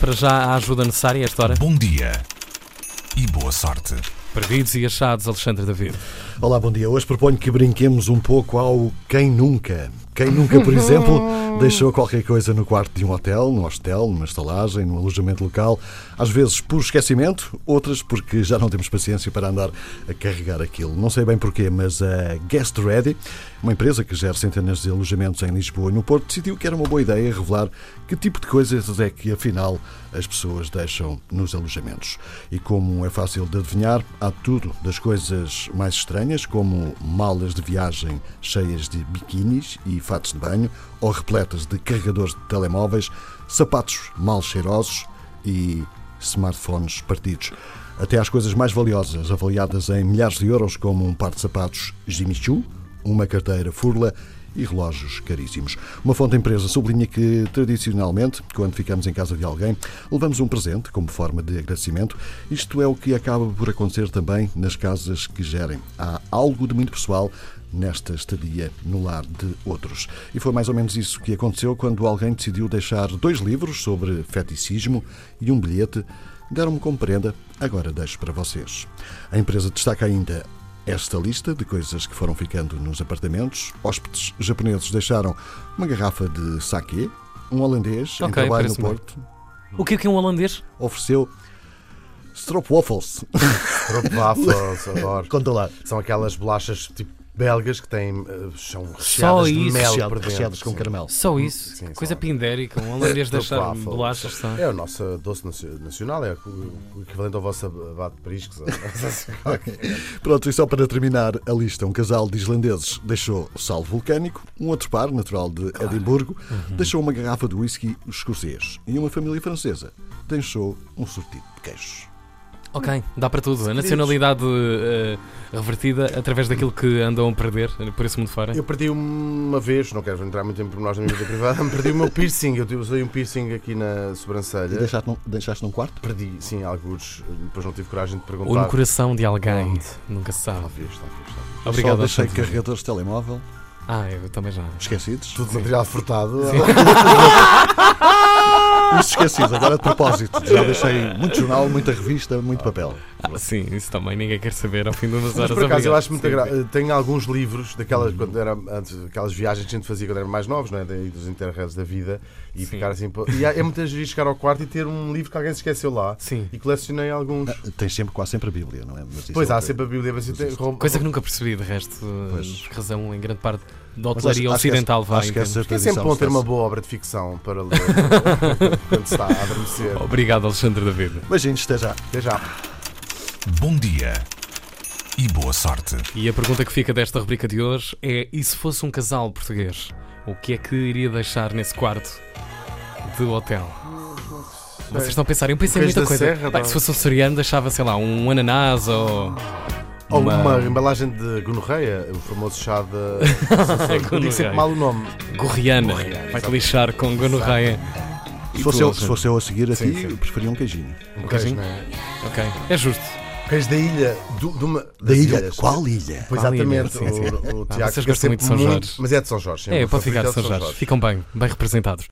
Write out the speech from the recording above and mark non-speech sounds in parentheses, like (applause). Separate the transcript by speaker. Speaker 1: para já a ajuda necessária a esta hora?
Speaker 2: Bom dia e boa sorte.
Speaker 1: Perdidos e achados, Alexandre David.
Speaker 3: Olá, bom dia. Hoje proponho que brinquemos um pouco ao quem nunca. Quem nunca, por exemplo, deixou qualquer coisa no quarto de um hotel, num hostel, numa estalagem, num alojamento local, às vezes por esquecimento, outras porque já não temos paciência para andar a carregar aquilo. Não sei bem porquê, mas a Guest Ready, uma empresa que gera centenas de alojamentos em Lisboa e no Porto, decidiu que era uma boa ideia revelar que tipo de coisas é que, afinal, as pessoas deixam nos alojamentos. E como é fácil de adivinhar, há tudo das coisas mais estranhas, como malas de viagem cheias de biquinis e fatos de banho, ou repletas de carregadores de telemóveis, sapatos mal cheirosos e smartphones partidos. Até às coisas mais valiosas, avaliadas em milhares de euros, como um par de sapatos Jimmy Choo, uma carteira Furla e relógios caríssimos. Uma fonte da empresa sublinha que, tradicionalmente, quando ficamos em casa de alguém, levamos um presente como forma de agradecimento. Isto é o que acaba por acontecer também nas casas que gerem. Há algo de muito pessoal nesta estadia no lar de outros. E foi mais ou menos isso que aconteceu quando alguém decidiu deixar dois livros sobre feticismo e um bilhete. Deram-me como prenda, agora deixo para vocês. A empresa destaca ainda esta lista de coisas que foram ficando nos apartamentos. Hóspedes japoneses deixaram uma garrafa de saquê, um holandês em
Speaker 1: Ok,
Speaker 3: trabalho no
Speaker 1: parece-me bem.
Speaker 3: Porto
Speaker 1: O que é que é um holandês?
Speaker 3: ofereceu stroopwafels.
Speaker 4: Waffles,
Speaker 3: (laughs)
Speaker 4: adoro.
Speaker 3: Conta lá.
Speaker 4: São aquelas bolachas tipo belgas que têm. eh, são
Speaker 1: Só
Speaker 4: recheadas de
Speaker 1: isso.
Speaker 4: mel
Speaker 3: Recheado-
Speaker 4: por dentro.
Speaker 3: recheadas com
Speaker 4: sim.
Speaker 3: caramelo.
Speaker 1: Só isso?
Speaker 4: Hum, sim,
Speaker 1: Que
Speaker 4: só
Speaker 1: Coisa
Speaker 4: isso.
Speaker 1: pindérica. Um
Speaker 4: (laughs)
Speaker 1: holandês deixar
Speaker 4: Waffles.
Speaker 1: bolachas. sabe?
Speaker 4: É o nosso doce nacio- nacional, é o o equivalente ao vosso abate de periscos.
Speaker 3: Pronto, e só para terminar a lista, um casal de islandeses deixou sal vulcânico, um outro par, natural de Edimburgo,
Speaker 4: Uhum.
Speaker 3: deixou uma garrafa de whisky escocês e uma família francesa deixou um sortido de queijos.
Speaker 1: Ok, dá para tudo. A nacionalidade eh, revertida através daquilo que andam a perder por esse mundo fora.
Speaker 4: Eu perdi uma vez, não quero entrar muito em pormenores na minha vida privada, me perdi o meu piercing. Eu tive- usei um piercing aqui na
Speaker 3: E
Speaker 4: sobrancelha.
Speaker 3: deixaste num, deixaste num quarto?
Speaker 4: Perdi, sim, alguns. Depois não tive coragem de perguntar.
Speaker 1: Ou no coração de alguém.
Speaker 4: Onde?
Speaker 1: Nunca se sabe.
Speaker 4: Talvez, talvez, talvez.
Speaker 1: Obrigado,
Speaker 3: Só deixei
Speaker 1: Alexandre.
Speaker 3: carregadores de telemóvel,
Speaker 1: Ah, eu também já.
Speaker 3: esquecidos.
Speaker 4: Tudo material furtado. (laughs)
Speaker 3: Isso esquecidos, agora de propósito. Já deixei muito jornal, muita revista, muito papel.
Speaker 1: Ah, Sim, isso também ninguém quer saber ao fim de umas
Speaker 4: Mas
Speaker 1: horas.
Speaker 4: por acaso eu
Speaker 1: Obrigado.
Speaker 4: acho muito
Speaker 1: Sim,
Speaker 4: agra...
Speaker 1: sim.
Speaker 4: Tenho alguns livros daquelas quando era antes, aquelas viagens que a gente fazia quando era mais novos, não é? Daí Dos interredes da vida e
Speaker 1: Sim.
Speaker 4: ficar assim. pô- E há- é muitas vezes chegar ao quarto e ter um livro que alguém se esqueceu lá.
Speaker 1: Sim.
Speaker 4: E colecionei alguns.
Speaker 3: Tens sempre, quase sempre a Bíblia, não é? Mas isso
Speaker 4: pois
Speaker 3: Ah, é
Speaker 4: há
Speaker 3: outra-
Speaker 4: sempre a Bíblia, mas eu tenho- roubo-
Speaker 1: Coisa que nunca percebi, de resto, eh,
Speaker 3: Pois.
Speaker 1: por razão em grande parte da
Speaker 3: Mas
Speaker 1: hotelaria
Speaker 3: acho- acho que essa-
Speaker 1: ocidental. vá,
Speaker 3: acho que
Speaker 1: entendo.
Speaker 3: essa
Speaker 4: É sempre
Speaker 3: tradição
Speaker 4: bom ter
Speaker 3: está-se-
Speaker 4: uma boa obra de ficção para ler é? (laughs) quando se está a adormecer.
Speaker 1: Obrigado, Alexandre David.
Speaker 3: Beijinhos, até já.
Speaker 4: Até já.
Speaker 2: Bom dia e boa sorte.
Speaker 1: E a pergunta que fica desta rubrica de hoje é: e se fosse um casal português, o que é que iria deixar nesse quarto de hotel? Vocês estão a pensar, eu pensei em
Speaker 4: Queijo
Speaker 1: muita
Speaker 4: da
Speaker 1: coisa.
Speaker 4: Serra,
Speaker 1: Pá,
Speaker 4: pá.
Speaker 1: se fosse um soriano, deixava, sei lá, um ananás ou.
Speaker 4: Ou
Speaker 1: Uma-
Speaker 4: uma, embalagem de gonorreia, o famoso
Speaker 1: (laughs)
Speaker 4: chá
Speaker 1: Gonorreia.
Speaker 4: de. Eu digo sempre mal o nome.
Speaker 1: Gorriana.
Speaker 4: Gorriana,
Speaker 1: Vai-te lixar com gonorreia. E
Speaker 3: Se fosse,
Speaker 1: tu,
Speaker 3: eu, se
Speaker 1: Alexandre?
Speaker 3: fosse eu a seguir a
Speaker 4: Sim,
Speaker 3: ti,
Speaker 4: sim.
Speaker 3: eu preferia um queijinho.
Speaker 4: Um
Speaker 1: queijinho?
Speaker 4: queijo, não é? Um
Speaker 1: Ok, é justo.
Speaker 4: Queijo da ilha. do- de uma-
Speaker 3: Da
Speaker 4: das
Speaker 3: ilha?
Speaker 4: ilhas.
Speaker 3: é, Qual ilha?
Speaker 4: Pois
Speaker 1: Qual ilha?
Speaker 4: exatamente,
Speaker 1: Sim, sim.
Speaker 4: o, o
Speaker 1: Ah,
Speaker 4: Tiago
Speaker 1: vocês
Speaker 4: fica
Speaker 1: gostam muito de
Speaker 4: sempre
Speaker 1: São Jorge.
Speaker 4: Mas é de São Jorge. sim, o
Speaker 1: É,
Speaker 4: meu
Speaker 1: pode ficar
Speaker 4: favorito
Speaker 1: de
Speaker 4: é
Speaker 1: São Jorge. Ficam bem, bem representados.